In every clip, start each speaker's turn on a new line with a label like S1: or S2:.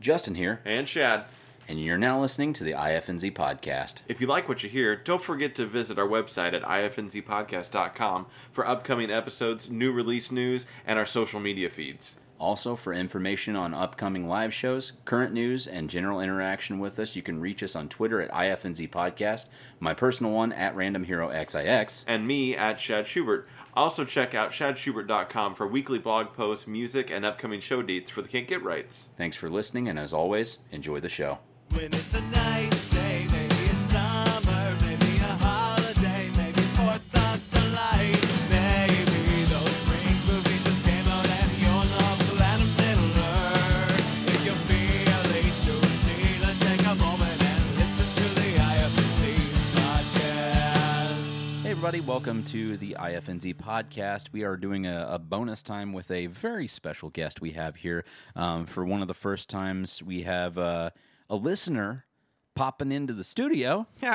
S1: Justin here,
S2: and Shad.
S1: and you're now listening to the IFNZ podcast.
S2: If you like what you hear, don't forget to visit our website at ifnzpodcast.com for upcoming episodes, new release news, and our social media feeds.
S1: Also, for information on upcoming live shows, current news, and general interaction with us, you can reach us on Twitter at IFNZ Podcast, my personal one at Random Hero XIX.
S2: And me at Shad Schubert. Also, check out shadschubert.com for weekly blog posts, music, and upcoming show dates for the Can't Get Rights.
S1: Thanks for listening, and as always, enjoy the show.
S3: When it's a nice day, maybe it's summer, maybe a holiday, maybe Fourth of July, maybe those Springs movies just came out and you're not glad I'm still If you're feeling juicy, then take a moment and listen to the IFC podcast.
S1: Hey, everybody, welcome to the IFNZ podcast. We are doing a, a bonus time with a very special guest we have here. Um, for one of the first times, we have uh, a listener popping into the studio,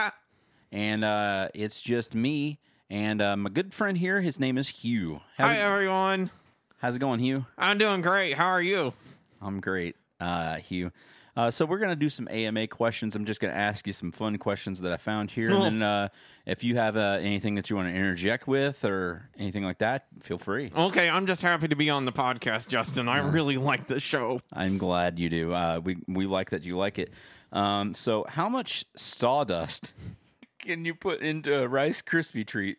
S1: and uh, it's just me and uh, my good friend here. His name is Hugh. How's,
S4: Hi, everyone.
S1: how's it going, Hugh?
S4: I'm doing great. How are you?
S1: I'm great, uh, Hugh. Uh, so we're gonna do some AMA questions. I'm just gonna ask you some fun questions that I found here, and then uh, if you have uh, anything that you want to interject with or anything like that, feel free.
S4: Okay, I'm just happy to be on the podcast, Justin. I really like the show.
S1: I'm glad you do. Uh, we we like that you like it. Um, so how much sawdust can you put into a Rice Krispie treat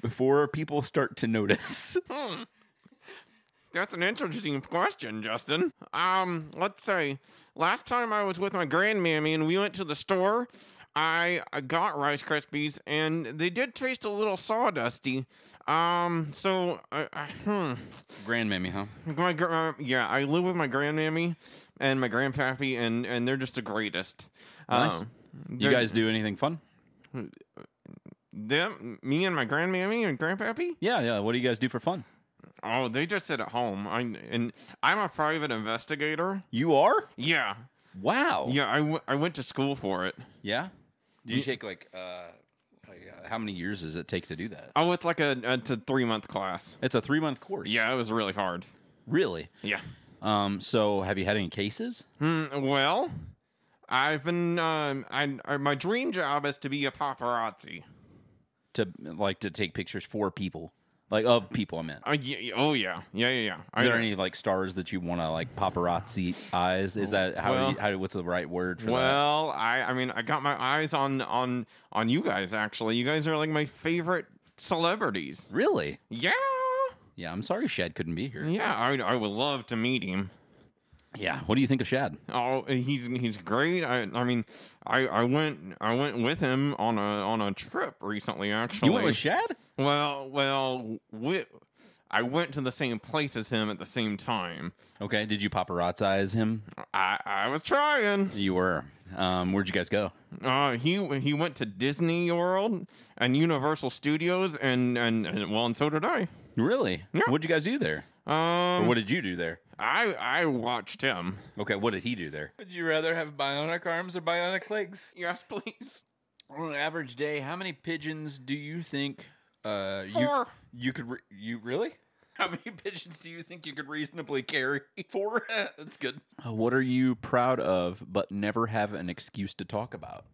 S1: before people start to notice?
S4: Hmm. That's an interesting question, Justin. Um, let's say last time I was with my grandmammy and we went to the store, I I got Rice Krispies and they did taste a little sawdusty. Um, so I, I hmm.
S1: Grandmammy, huh?
S4: My gr- uh, yeah, I live with my grandmammy and my grandpappy, and and they're just the greatest. Um,
S1: Nice. You
S4: they're-
S1: guys do anything fun?
S4: them, me and my grandmammy and grandpappy.
S1: Yeah, yeah. What do you guys do for fun?
S4: Oh, they just sit at home. I and I'm a private investigator.
S1: You are?
S4: Yeah,
S1: Wow.
S4: yeah. I, w- I went to school for it.
S1: Yeah. Do you take like uh, how many years does it take to do that?
S4: Oh, it's like a it's a three month class.
S1: It's a three month course.
S4: Yeah, it was really hard.
S1: Really.
S4: Yeah.
S1: Um. So have you had any cases?
S4: Hmm, well, I've been um I, I my dream job is to be a paparazzi.
S1: To like to take pictures for people, like of people. I meant.
S4: Uh, yeah, oh yeah, yeah, yeah, yeah.
S1: Are
S4: I-
S1: there any like stars that you want to like paparazzi eyes? Is that how?
S4: Well-
S1: you, how what's the right word for that?
S4: Well, I I mean I got my eyes on on on you guys actually. You guys are like my favorite celebrities.
S1: Really?
S4: Yeah.
S1: Yeah. I'm sorry, Shad couldn't be here.
S4: Yeah, I I would love to meet him.
S1: Yeah. What do you think of Shad?
S4: Oh, he's he's great. I I mean, I I went I went with him on a on a trip recently actually.
S1: You went with Shad?
S4: well, well, we, I went to the same place as him at the same time.
S1: Okay. Did you paparazzize him?
S4: I I was trying.
S1: You were. Um. Where'd you guys go?
S4: Uh, he he went to Disney World and Universal Studios, and and, and well, and so did I.
S1: Really?
S4: Yeah.
S1: What'd you guys do there? Or
S4: Um,
S1: what did you do there?
S4: I I watched him.
S1: Okay, what did he do there?
S5: Would you rather have bionic arms or bionic legs?
S4: Yes, please.
S5: On an average day, how many pigeons do you think uh, you
S4: Four.
S5: you could re- you really? How many pigeons do you think you could reasonably carry? Four. That's good.
S1: Uh, What are you proud of but never have an excuse to talk about?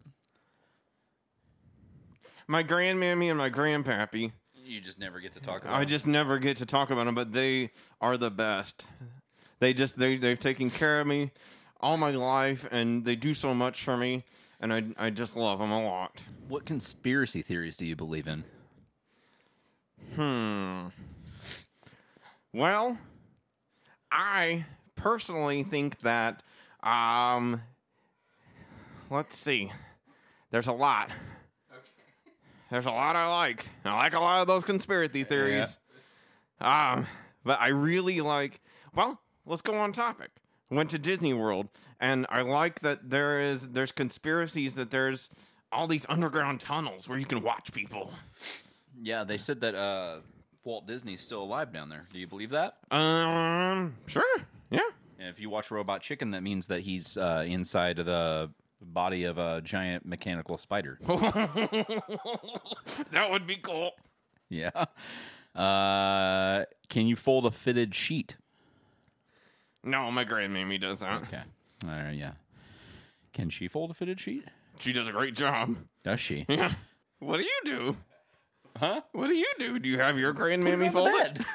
S4: My grandmammy and my grandpappy.
S1: You just never get to talk
S4: I just never get to talk about them, but they are the best. They just they they've taken care of me all my life, and they do so much for me, and I I just love them a lot.
S1: What conspiracy theories do you believe in?
S4: Hmm. Well, I personally think that um, let's see, there's a lot. There's a lot I like. I like a lot of those conspiracy theories. Um, but I really like. Well, let's go on topic. Went to Disney World, and I like that there is there's conspiracies that there's all these underground tunnels where you can watch people.
S1: Yeah, they said that uh, Walt Disney's still alive down there. Do you believe that?
S4: Um, sure, yeah,
S1: And if you watch Robot Chicken, that means that he's uh, inside of the body of a giant mechanical spider.
S4: that would be cool.
S1: yeah. Uh, can you fold a fitted sheet?
S4: No, my grandmammy does that.
S1: Okay. Uh, yeah. Can she fold a fitted sheet?
S4: She does a great job.
S1: Does she?
S4: What do you do? Huh? What do you do? Do you have your grandmammy fold it?
S1: bed.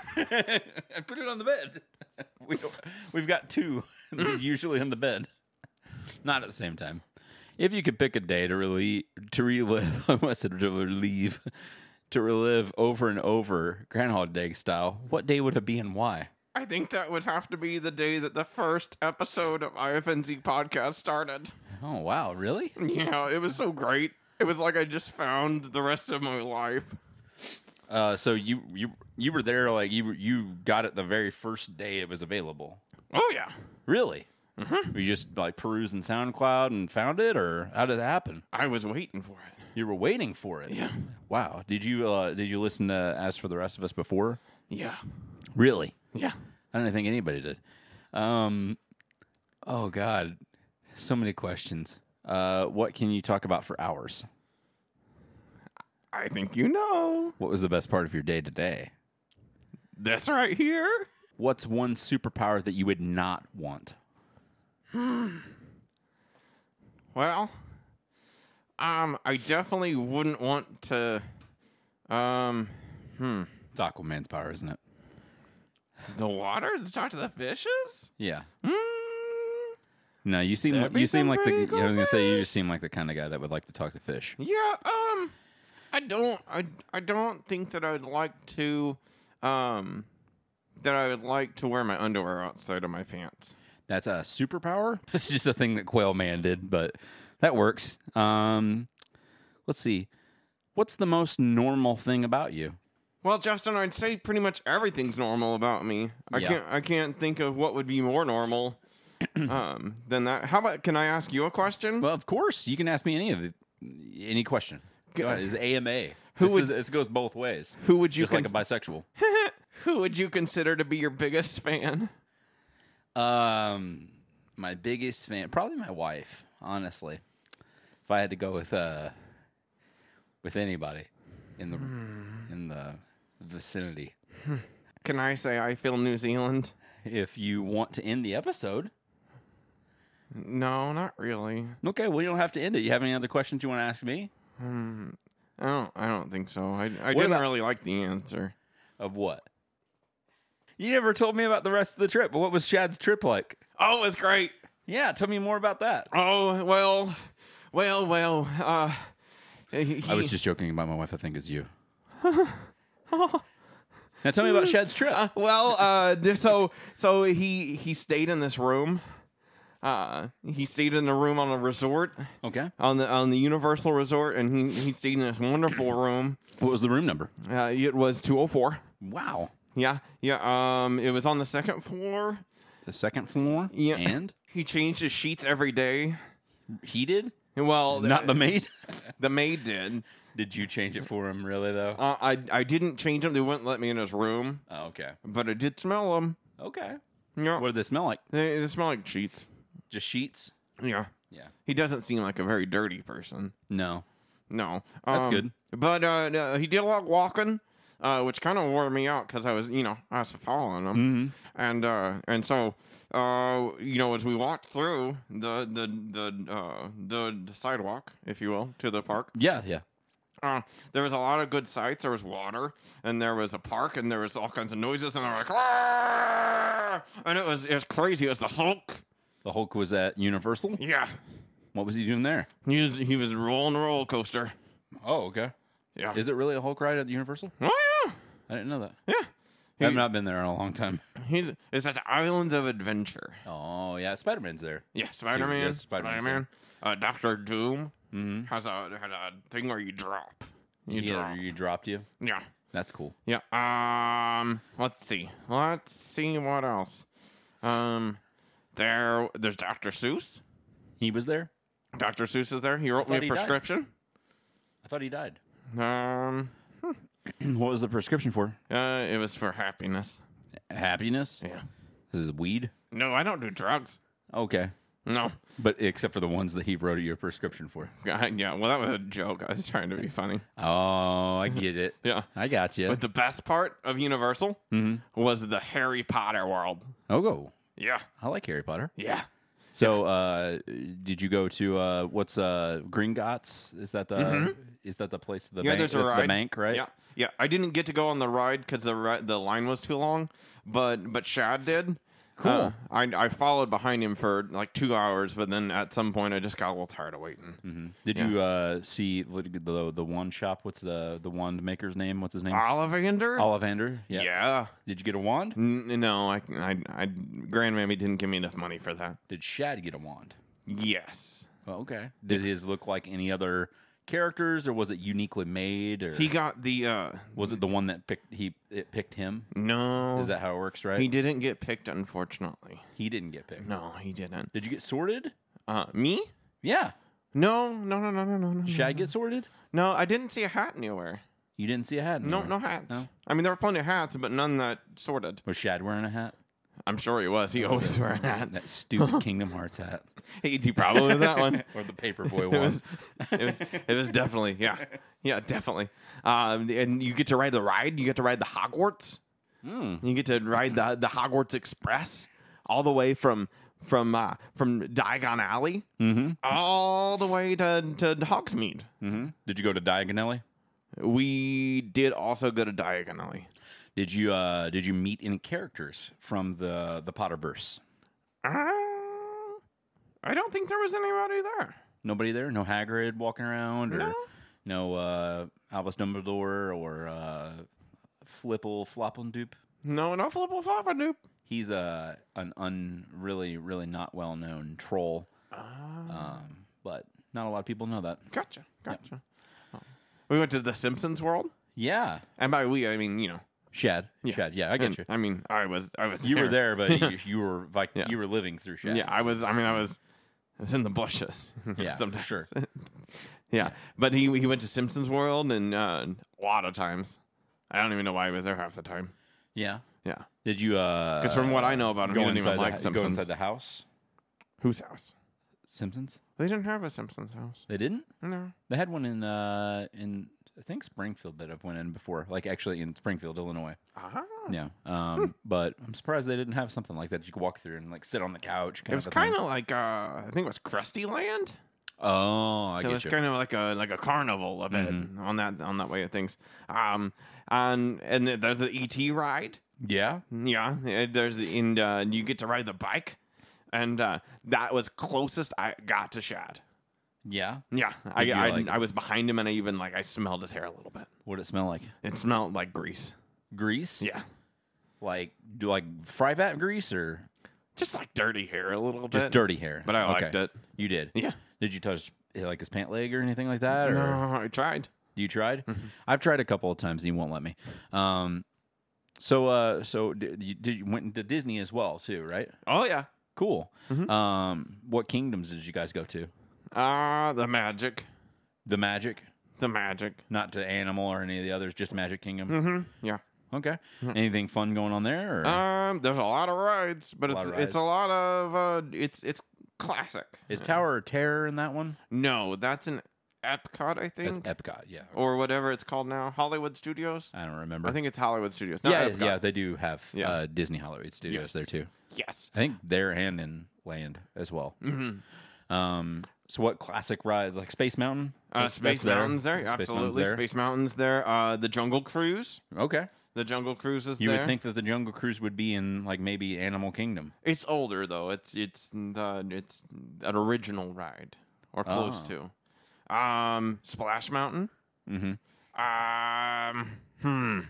S1: I put it on the bed. We don't, we've got two. They're usually on the bed, not at the same time. If you could pick a day to really to relive, I must said to relive, to relive over and over Groundhog Day style, what day would it be and why?
S4: I think that would have to be the day that the first episode of IFNZ podcast started.
S1: Oh wow, really?
S4: Yeah, it was so great. It was like I just found the rest of my life.
S1: Uh, so you you you were there like you were- you got it the very first day it was available.
S4: Oh yeah.
S1: Really? Were you just like perusing SoundCloud and found it, or how did it happen?
S4: I was waiting for it.
S1: You were waiting for it.
S4: Yeah.
S1: Wow. Did you uh, did you listen to As for the Rest of Us before?
S4: Yeah.
S1: Really?
S4: Yeah.
S1: I don't think anybody did. Um, oh God, so many questions. Uh, what can you talk about for hours?
S4: I think you know.
S1: What was the best part of your day today?
S4: This right here.
S1: What's one superpower that you would not want?
S4: Well, um, I definitely wouldn't want to um
S1: It's Aquaman's power, isn't it?
S4: the water to talk to the fishes?
S1: Yeah.
S4: Mm,
S1: No, you seem
S4: That'd
S1: you
S4: be
S1: seem
S4: some
S1: like the
S4: pretty cool
S1: I was gonna say you just seem like the kind of guy that would like to talk to fish.
S4: yeah, um I don't I I don't think that I'd like to um that I would like to wear my underwear outside of my pants.
S1: That's a superpower. It's just a thing that Quail Man did, but that works. Um, let's see. What's the most normal thing about you?
S4: Well, Justin, I'd say pretty much everything's normal about me. I
S1: Yeah.
S4: can't I can't think of what would be more normal um than that. How about can I ask you a question?
S1: Well, of course, you can ask me any of the, any question. Go ahead. It's AMA.
S4: Who
S1: this,
S4: would-
S1: is- this goes both ways.
S4: Who would you
S1: just like a
S4: cons-
S1: bisexual.
S4: Who would you consider to be your biggest fan?
S1: Um, my biggest fan, probably my wife. Honestly, if I had to go with uh, with anybody in the
S4: Hmm.
S1: in the vicinity,
S4: Can I say I feel New Zealand?
S1: if you want to end the episode,
S4: No, not really.
S1: okay, well you don't have to end it. You have any other questions you want to ask me?
S4: I don't. I don't think so. I, I
S1: What
S4: didn't
S1: about-
S4: really like the answer.
S1: Of what? You never told me about the rest of the trip. What was Chad's trip like?
S4: Oh, it was great.
S1: Yeah, tell me more about that.
S4: Oh well, well, well. Uh, he-
S1: I was just joking about my wife. I think is you. now tell me about Shad's trip.
S4: Uh, well, uh, d- so so he he stayed in this room. Uh, he stayed in a room on a resort
S1: Okay.
S4: on the on the Universal Resort, and he he stayed in this wonderful room.
S1: What was the room number?
S4: Uh, it was two hundred four.
S1: Wow.
S4: Yeah, yeah. Um, it was on the second floor.
S1: The second floor.
S4: Yeah.
S1: And
S4: He changed his sheets every day.
S1: heated.
S4: Well,
S1: Not the maid.
S4: the maid did.
S1: Did you change it for him? Really though.
S4: Uh, I I didn't change them. They wouldn't let me in his room,
S1: Oh, okay.
S4: but I did smell them.
S1: Okay.
S4: Yeah,
S1: What did they smell like?
S4: they, they smell like sheets.
S1: Just sheets.
S4: Yeah,
S1: Yeah.
S4: he doesn't seem like a very dirty person.
S1: No.
S4: No,
S1: That's
S4: Um,
S1: good.
S4: But uh, no, he did a lot of walking, uh, which kind of wore me out because I was, you know, I was following
S1: Mm.
S4: him,
S1: Mm-hmm.
S4: and uh, and so, uh, you know, as we walked through the the the uh, the, the sidewalk, if you will, to the park,
S1: Yeah. Yeah.
S4: uh, there was a lot of good sights. There was water, and there was a park, and there was all kinds of noises, and they were like, "Ah!" and it was it was crazy. It was the Hulk.
S1: The Hulk was at Universal.
S4: Yeah,
S1: What was he doing there?
S4: he was he was rolling a roller coaster.
S1: Oh, okay.
S4: Yeah.
S1: Is it really a Hulk ride at Universal?
S4: oh
S1: I didn't know that.
S4: yeah, yeah.
S1: I've not been there in a long time.
S4: He's it's at Islands of Adventure.
S1: Oh yeah, Spider Man's there.
S4: Yeah, Spider Man,
S1: yes, Spider-Man,
S4: Spider Man, uh, Doctor Doom
S1: Mm-hmm.
S4: has a has a thing where you drop. You
S1: yeah,
S4: drop.
S1: you dropped you.
S4: Yeah.
S1: That's cool.
S4: Yeah. Um. Let's see. Let's see what else. Um. There. There's Dr. Seuss.
S1: He was there.
S4: Dr. Seuss is there. He wrote me
S1: thought
S4: a
S1: he died.
S4: prescription.
S1: I thought he died.
S4: Um.
S1: what was the prescription for?
S4: Uh. It was for happiness.
S1: Happiness.
S4: Yeah.
S1: This is weed.
S4: No, I don't do drugs.
S1: Okay,
S4: No.
S1: but except for the ones that he wrote you a prescription for.
S4: Uh, yeah. Well, that was a joke. I was trying to be funny.
S1: Oh, I get it.
S4: Yeah.
S1: I got you.
S4: But the best part of Universal was the Harry Potter world.
S1: oh, go.
S4: Yeah.
S1: I like Harry Potter.
S4: Yeah.
S1: So, uh, did you go to uh, what's uh, Gringotts? Is that the is that the place the
S4: Mm-hmm. yeah,
S1: bank?
S4: there's a
S1: that's
S4: ride.
S1: the bank, right?
S4: Yeah, yeah. I didn't get to go on the ride because the ri- the line was too long, but but Shad did.
S1: Cool.
S4: Uh, I I followed behind him for like two hours, but then at some point I just got a little tired of waiting.
S1: hmm Did you uh, see what- the the wand shop? What's the the wand maker's name? What's his name?
S4: Ollivander.
S1: Ollivander.
S4: Uh, yeah.
S1: Did you get a wand?
S4: N- no, I, I I Grandmammy didn't give me enough money for that.
S1: Did Shad get a wand?
S4: Yes.
S1: Oh, okay. Did his look like any other characters, or was it uniquely made? Or
S4: He got the uh
S1: was it the one that picked he it picked him?
S4: no.
S1: Is that how it works? Right?
S4: He didn't get picked, unfortunately.
S1: He didn't get picked.
S4: No, he didn't.
S1: Did you get sorted?
S4: Uh, me?
S1: Yeah.
S4: No, no, no, no, no, no, no.
S1: Did
S4: no.
S1: Shad get sorted?
S4: No, I didn't see a hat anywhere.
S1: You didn't see a hat.
S4: No,
S1: anywhere.
S4: no hats.
S1: No.
S4: I mean, there were plenty of hats, but none that sorted.
S1: Was Shad wearing a hat?
S4: I'm sure he was. He always wore a hat.
S1: That stupid Kingdom Hearts hat.
S4: He, he probably was that one.
S1: or the paperboy
S4: It
S1: one.
S4: was, it was, it was definitely, yeah, yeah, definitely. Um, and you get to ride the ride. You get to ride the Hogwarts.
S1: Mm.
S4: You get to ride the the Hogwarts Express all the way from from uh, from Diagon Alley
S1: Mm-hmm.
S4: all the way to to Hogsmeade.
S1: Mm-hmm. Did you go to Diagon Alley?
S4: We did also go to Diagon Alley.
S1: Did you uh, did you meet any characters from the the Potterverse?
S4: Uh, I don't think there was anybody there.
S1: Nobody there? No Hagrid walking around, or
S4: No.
S1: no, uh, Albus Dumbledore, or uh, Flipple Floppendoop?
S4: No, no Flipple Floppadoop.
S1: He's a an un really really not well known troll,
S4: Ah,
S1: um, but not a lot of people know that.
S4: gotcha, gotcha. Oh. We went to the Simpsons world,
S1: Yeah,
S4: and by we I mean you know.
S1: Shad.
S4: Yeah.
S1: Shad. Yeah, I get
S4: and-
S1: you.
S4: I mean, I was, I was.
S1: You were there, but you, you were like
S4: Yeah.
S1: you were living through Shad.
S4: Yeah, I was. I mean, I was. I was in the bushes.
S1: Yeah, for
S4: sometimes.
S1: sure.
S4: yeah. but he he went to Simpsons World and uh, a lot of times. I don't even know why he was there half the time.
S1: yeah.
S4: Yeah,
S1: Did you? Because
S4: because from what I know about him, he
S1: go
S4: didn't
S1: inside,
S4: even
S1: the,
S4: like
S1: go
S4: Simpsons.
S1: inside the house.
S4: Whose house?
S1: Simpsons.
S4: They didn't have a Simpsons house.
S1: They didn't.
S4: No.
S1: They had one in uh in I think Springfield that I've went in before. Like actually in Springfield, Illinois.
S4: Ah.
S1: Yeah. Um, but I'm surprised they didn't have something like that. You could walk through and like sit on the couch. Kind
S4: It was
S1: of a thing.
S4: kind of like uh, I think it was Krusty Land.
S1: Oh, I
S4: so
S1: get
S4: it's
S1: you. Mm-hmm.
S4: kind of like a like a carnival a bit on that on that way of things. Um, and and then there's the ET ride.
S1: yeah.
S4: Yeah, eh, there's and uh, you get to ride the bike, and uh, that was closest I got to Shad.
S1: Yeah.
S4: Yeah, I
S1: Did you
S4: I,
S1: like-
S4: I was behind him, and I even like I smelled his hair a little bit.
S1: What it smell like?
S4: It smelled like grease.
S1: Grease.
S4: Yeah,
S1: Like do like fry vat grease or
S4: just like dirty hair a little bit.
S1: just dirty hair?
S4: but I
S1: Okay.
S4: liked it.
S1: You did.
S4: Yeah.
S1: Did you touch eh, like his pant leg or anything like that? Or?
S4: No, Mm-hmm. I tried.
S1: You tried? I've tried a couple of times and he won't let me. Um, so uh, so d- you, did you went to Disney as well too, right?
S4: Oh yeah,
S1: Cool.
S4: Mm-hmm.
S1: Um, what kingdoms did you guys go to?
S4: ah, the magic,
S1: The Magic,
S4: the magic.
S1: not to Animal or any of the others, just Magic Kingdom.
S4: Mm-hmm. Yeah.
S1: Okay.
S4: Mm.
S1: Anything fun going on there? Or
S4: Um, there's a lot of rides, but
S1: A lot
S4: it's
S1: of
S4: it's a lot of uh, it's it's classic.
S1: is Tower of Terror in that one?
S4: No, that's an Epcot, I
S1: That's
S4: think,
S1: Epcot. Yeah.
S4: or whatever it's called now, Hollywood Studios.
S1: I don't remember.
S4: I think it's Hollywood Studios. Not
S1: yeah,
S4: Epcot.
S1: yeah, they do have
S4: Yeah.
S1: uh, Disney Hollywood Studios
S4: Yes.
S1: there too.
S4: Yes. Mm-hmm.
S1: I think they're and in land as well. Um, so what classic rides like Space Mountain?
S4: Mm. Uh,
S1: That's-
S4: Space
S1: that's there.
S4: Mountains there,
S1: Space
S4: absolutely.
S1: Mountain's there.
S4: Space Mountains there. Uh, the Jungle Cruise.
S1: Okay.
S4: The Jungle Cruise is
S1: You
S4: there.
S1: would think that the Jungle Cruise would be in like maybe Animal Kingdom.
S4: it's older though. It's it's the it's an original ride or close
S1: Oh.
S4: to. Um, Splash Mountain.
S1: Mm-hmm.
S4: Um, hmm.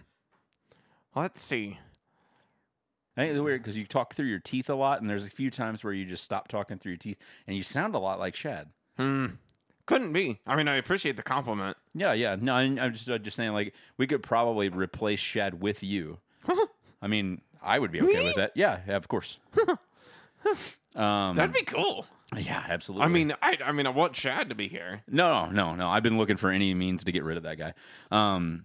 S4: Let's see.
S1: I think it's weird because you talk through your teeth a lot, and there's a few times where you just stop talking through your teeth, and you sound a lot like Shad.
S4: Hmm. Couldn't be. I mean, I appreciate the compliment.
S1: Yeah, yeah. No, I, I'm just I'm just saying like we could probably replace Shad with you. I mean, I would be okay with that. Yeah, yeah, of course. um,
S4: That'd be cool.
S1: yeah, absolutely.
S4: I mean, I I mean, I want Chad to be here.
S1: No, no, no. I've been looking for any means to get rid of that guy. Um,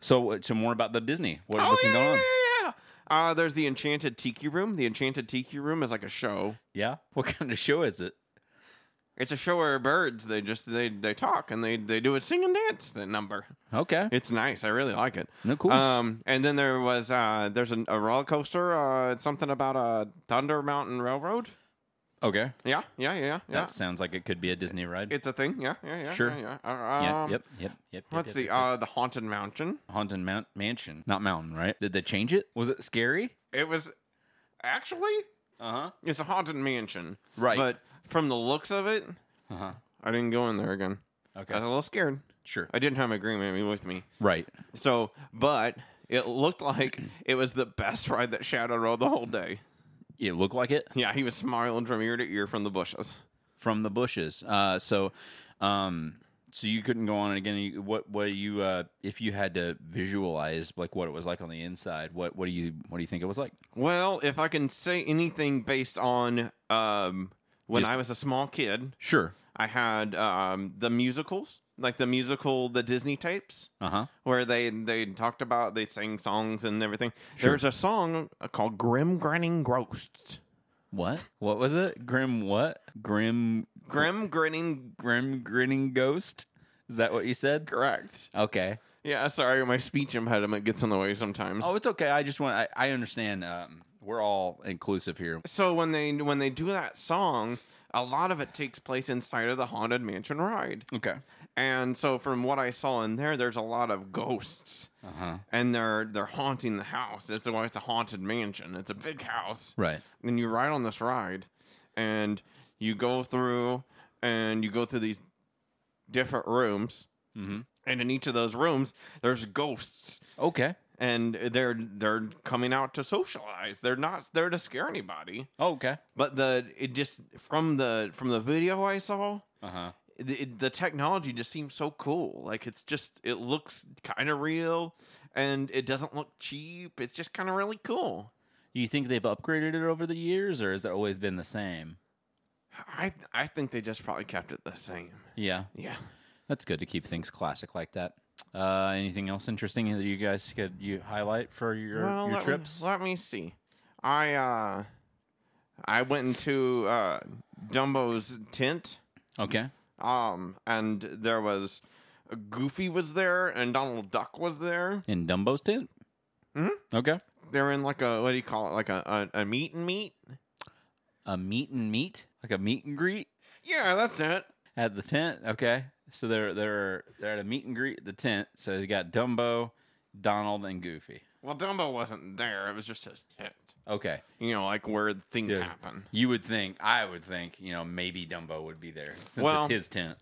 S1: so, so more about the Disney. What, what's been
S4: Oh, yeah,
S1: going on?
S4: yeah, yeah, yeah. Uh, there's the Enchanted Tiki Room. The Enchanted Tiki Room is like a show.
S1: Yeah. What kind of show is it?
S4: It's a show where birds they just they they talk and they they do a sing and dance the number.
S1: Okay.
S4: It's nice. I really like it.
S1: No, cool.
S4: Um, and then there was uh there's an, a roller coaster. Uh, it's something about a Thunder Mountain uh, Railroad.
S1: Okay.
S4: Yeah, yeah, yeah, yeah.
S1: That sounds like it could be a Disney ride.
S4: It's a thing. Yeah, yeah, yeah.
S1: Sure.
S4: Yeah. yeah.
S1: yeah,
S4: Um,
S1: yep, yep, yep.
S4: Let's
S1: yep,
S4: see.
S1: yep,
S4: Uh, the haunted mountain.
S1: yep. Haunted Mount Mansion, not mountain, right? Did they change it? Was it scary?
S4: It was actually
S1: Uh huh.
S4: it's a haunted mansion.
S1: Right.
S4: But from the looks of it,
S1: Uh huh.
S4: I didn't go in there again. I was a
S1: Okay.
S4: little scared.
S1: Sure.
S4: I didn't have my green mammy with me.
S1: Right.
S4: So, but it looked like it was the best ride that Shadow rode the whole day.
S1: It looked like it.
S4: Yeah, he was smiling from ear to ear from the bushes.
S1: from the bushes. Uh, so, um, so you couldn't go on it again. You- What, what do you, uh, if you had to visualize like what it was like on the inside, what, what do you, what do you think it was like?
S4: Well, if I can say anything based on um, when
S1: Just-
S4: I was a small kid,
S1: Sure.
S4: I had um, the musicals, like the musical, the Disney tapes.
S1: Uh huh.
S4: where they they talked about they sang songs and everything.
S1: Sure.
S4: There's a song uh, called "Grim Grinning Ghosts."
S1: What? What was it? Grim what? Grim,
S4: Grim grinning,
S1: grim grinning ghost. Is that what you said?
S4: correct?
S1: Okay.
S4: Yeah, sorry, my speech impediment gets in the way sometimes.
S1: Oh, it's okay. I just want, I, I understand. Um, we're all inclusive here.
S4: so when they when they do that song, a lot of it takes place inside of the haunted mansion ride,
S1: Okay.
S4: and so from what I saw in there, there's a lot of ghosts,
S1: Uh huh.
S4: and they're they're haunting the house. That's why it's a haunted mansion. It's a big house.
S1: Right.
S4: and you ride on this ride and you go through and you go through these different rooms
S1: Mm-hmm.
S4: and in each of those rooms there's ghosts
S1: Okay.
S4: and they're they're coming out to socialize they're not there to scare anybody
S1: Okay.
S4: but the it just from the from the video i saw
S1: Uh huh.
S4: the, it- the technology just seems so cool like it's just it looks kind of real and it doesn't look cheap it's just kind of really cool
S1: Do you think they've upgraded it over the years, or has it always been the same?
S4: i i think they just probably kept it the same
S1: Yeah.
S4: yeah
S1: That's good to keep things classic like that. Uh, anything else interesting that you guys could you highlight for your, your
S4: let
S1: trips?
S4: Me, let me see. I uh, I went into uh, Dumbo's tent,
S1: Okay.
S4: um, and there was uh, Goofy was there, and Donald Duck was there.
S1: In Dumbo's tent?
S4: Mhm.
S1: Okay.
S4: They're in like a what do you call it? Like a a, a meet and meet.
S1: A meet and meet? Like a meet and greet
S4: Yeah, that's it.
S1: at the tent? Okay. So they're they're they're at a meet and greet at the tent. So you got Dumbo, Donald, and Goofy.
S4: Well, Dumbo wasn't there. It was just his tent.
S1: Okay.
S4: You know, like where things
S1: Yeah.
S4: happen.
S1: You would think, I would think, you know, maybe Dumbo would be there since
S4: Well-
S1: it's his tent.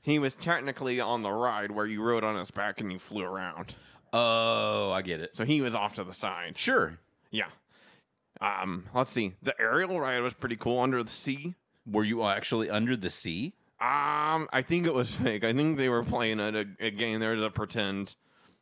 S4: He was technically on the ride where you rode on his back and you flew around.
S1: Oh, I get it.
S4: So he was off to the side.
S1: Sure.
S4: Yeah. Um, let's see. The aerial ride was pretty cool under the sea.
S1: Were you actually under the sea?
S4: Um, I think it was fake. I think they were playing at a, a game. There was a pretend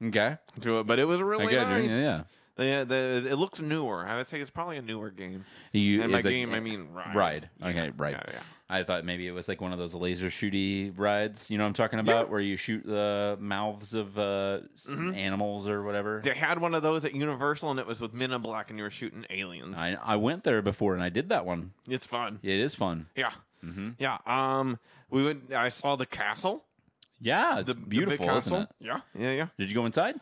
S1: Okay.
S4: to it, but it was really
S1: Okay,
S4: nice.
S1: Yeah. yeah.
S4: The- the- it looks newer. I would say it's probably a newer game.
S1: You,
S4: And by
S1: is it-
S4: game, I mean ride.
S1: Ride. Okay, right.
S4: Yeah, yeah.
S1: I thought maybe it was like one of those laser shooty rides. You know what I'm talking about, where you shoot the mouths of uh, s-
S4: Mm-hmm.
S1: animals or whatever.
S4: They had one of those at Universal, and it was with Men in Black, and you were shooting aliens.
S1: I I went there before and I did that one.
S4: It's fun.
S1: It is fun.
S4: Yeah.
S1: hmm
S4: Yeah. Um, we went. I saw the castle.
S1: Yeah, it's
S4: The the big
S1: beautiful, isn't
S4: castle.
S1: it?
S4: Yeah. Yeah. Yeah.
S1: Did you go inside?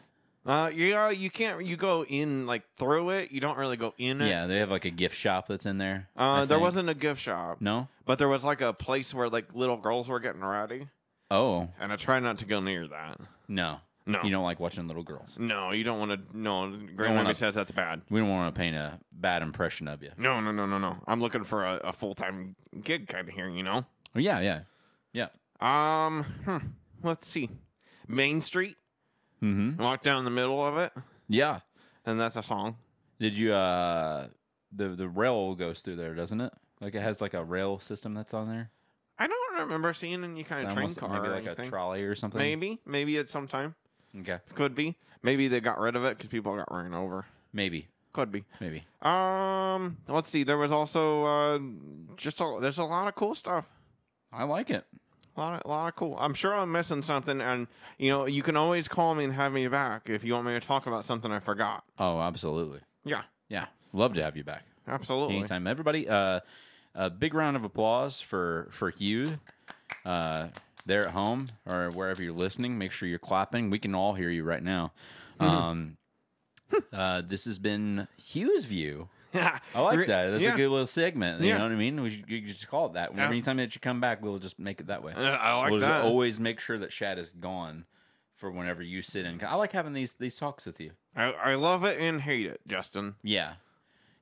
S4: Uh, yeah, you can't. You go in like through it. You don't really go in it.
S1: Yeah, they have like a gift shop that's in there. I
S4: Uh, there
S1: think.
S4: wasn't a gift shop,
S1: no.
S4: but there was like a place where like little girls were getting ready,
S1: Oh
S4: and I try not to go near that.
S1: no,
S4: No,
S1: you don't like watching little girls.
S4: no, you don't want to. No,
S1: wanna-
S4: Grandma says that's bad.
S1: We don't want to paint a bad impression of you.
S4: No, no, no, no, no. I'm looking for a, a full time gig kind of here, you know.
S1: Oh, Yeah, yeah, yeah.
S4: Um, hmm, let's see, Main Street.
S1: hmm
S4: Walk down the middle of it,
S1: Yeah.
S4: and that's a song.
S1: Did you uh the the rail goes through there, doesn't it? Like it has like a rail system that's on there.
S4: I don't remember seeing any kind of train
S1: Almost-
S4: car
S1: maybe
S4: or
S1: like a
S4: anything.
S1: trolley or something.
S4: maybe, maybe at some time
S1: Okay.
S4: could be. Maybe they got rid of it because people got run over.
S1: Maybe.
S4: Could be.
S1: Maybe.
S4: Um, let's see. There was also uh, just a, there's a lot of cool stuff.
S1: I like it.
S4: A lot, of, lot of cool. I'm sure I'm missing something, and you know you can always call me and have me back if you want me to talk about something I forgot.
S1: Oh, absolutely.
S4: Yeah,
S1: Yeah. Love to have you back.
S4: absolutely.
S1: Anytime. Everybody, uh a big round of applause for for Hugh. Uh there at home or wherever you're listening, make sure you're clapping. We can
S4: Mm-hmm.
S1: all hear you right now. Um, uh, this has been Hugh's view I like
S4: Re-
S1: that. That's
S4: yeah.
S1: a good little segment. You
S4: Yeah.
S1: know what I mean? We should, you could just call it that.
S4: Yeah.
S1: Anytime that you come back, we'll just make it that way.
S4: Uh, I like
S1: we'll just
S4: that.
S1: always make sure that Shad is gone for whenever you sit in. I like having these these talks with you.
S4: I, I love it and hate it, Justin.
S1: Yeah.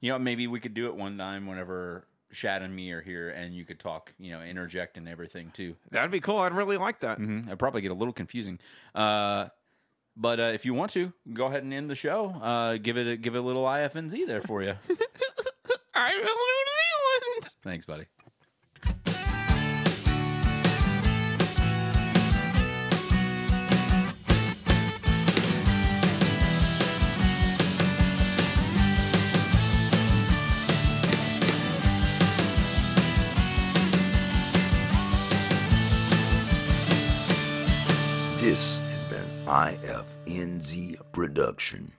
S1: You know, maybe we could do it one time whenever Shad and me are here, and you could talk. You know, interject and everything too.
S4: That'd be cool. I'd really like that.
S1: hmm I probably get a little confusing. Uh, but uh, if you want to, go ahead and end the show. Uh, give it a, give it a little IFNZ there for you.
S4: I'm in New Zealand.
S1: Thanks, buddy.
S6: This has been IFNZ Production.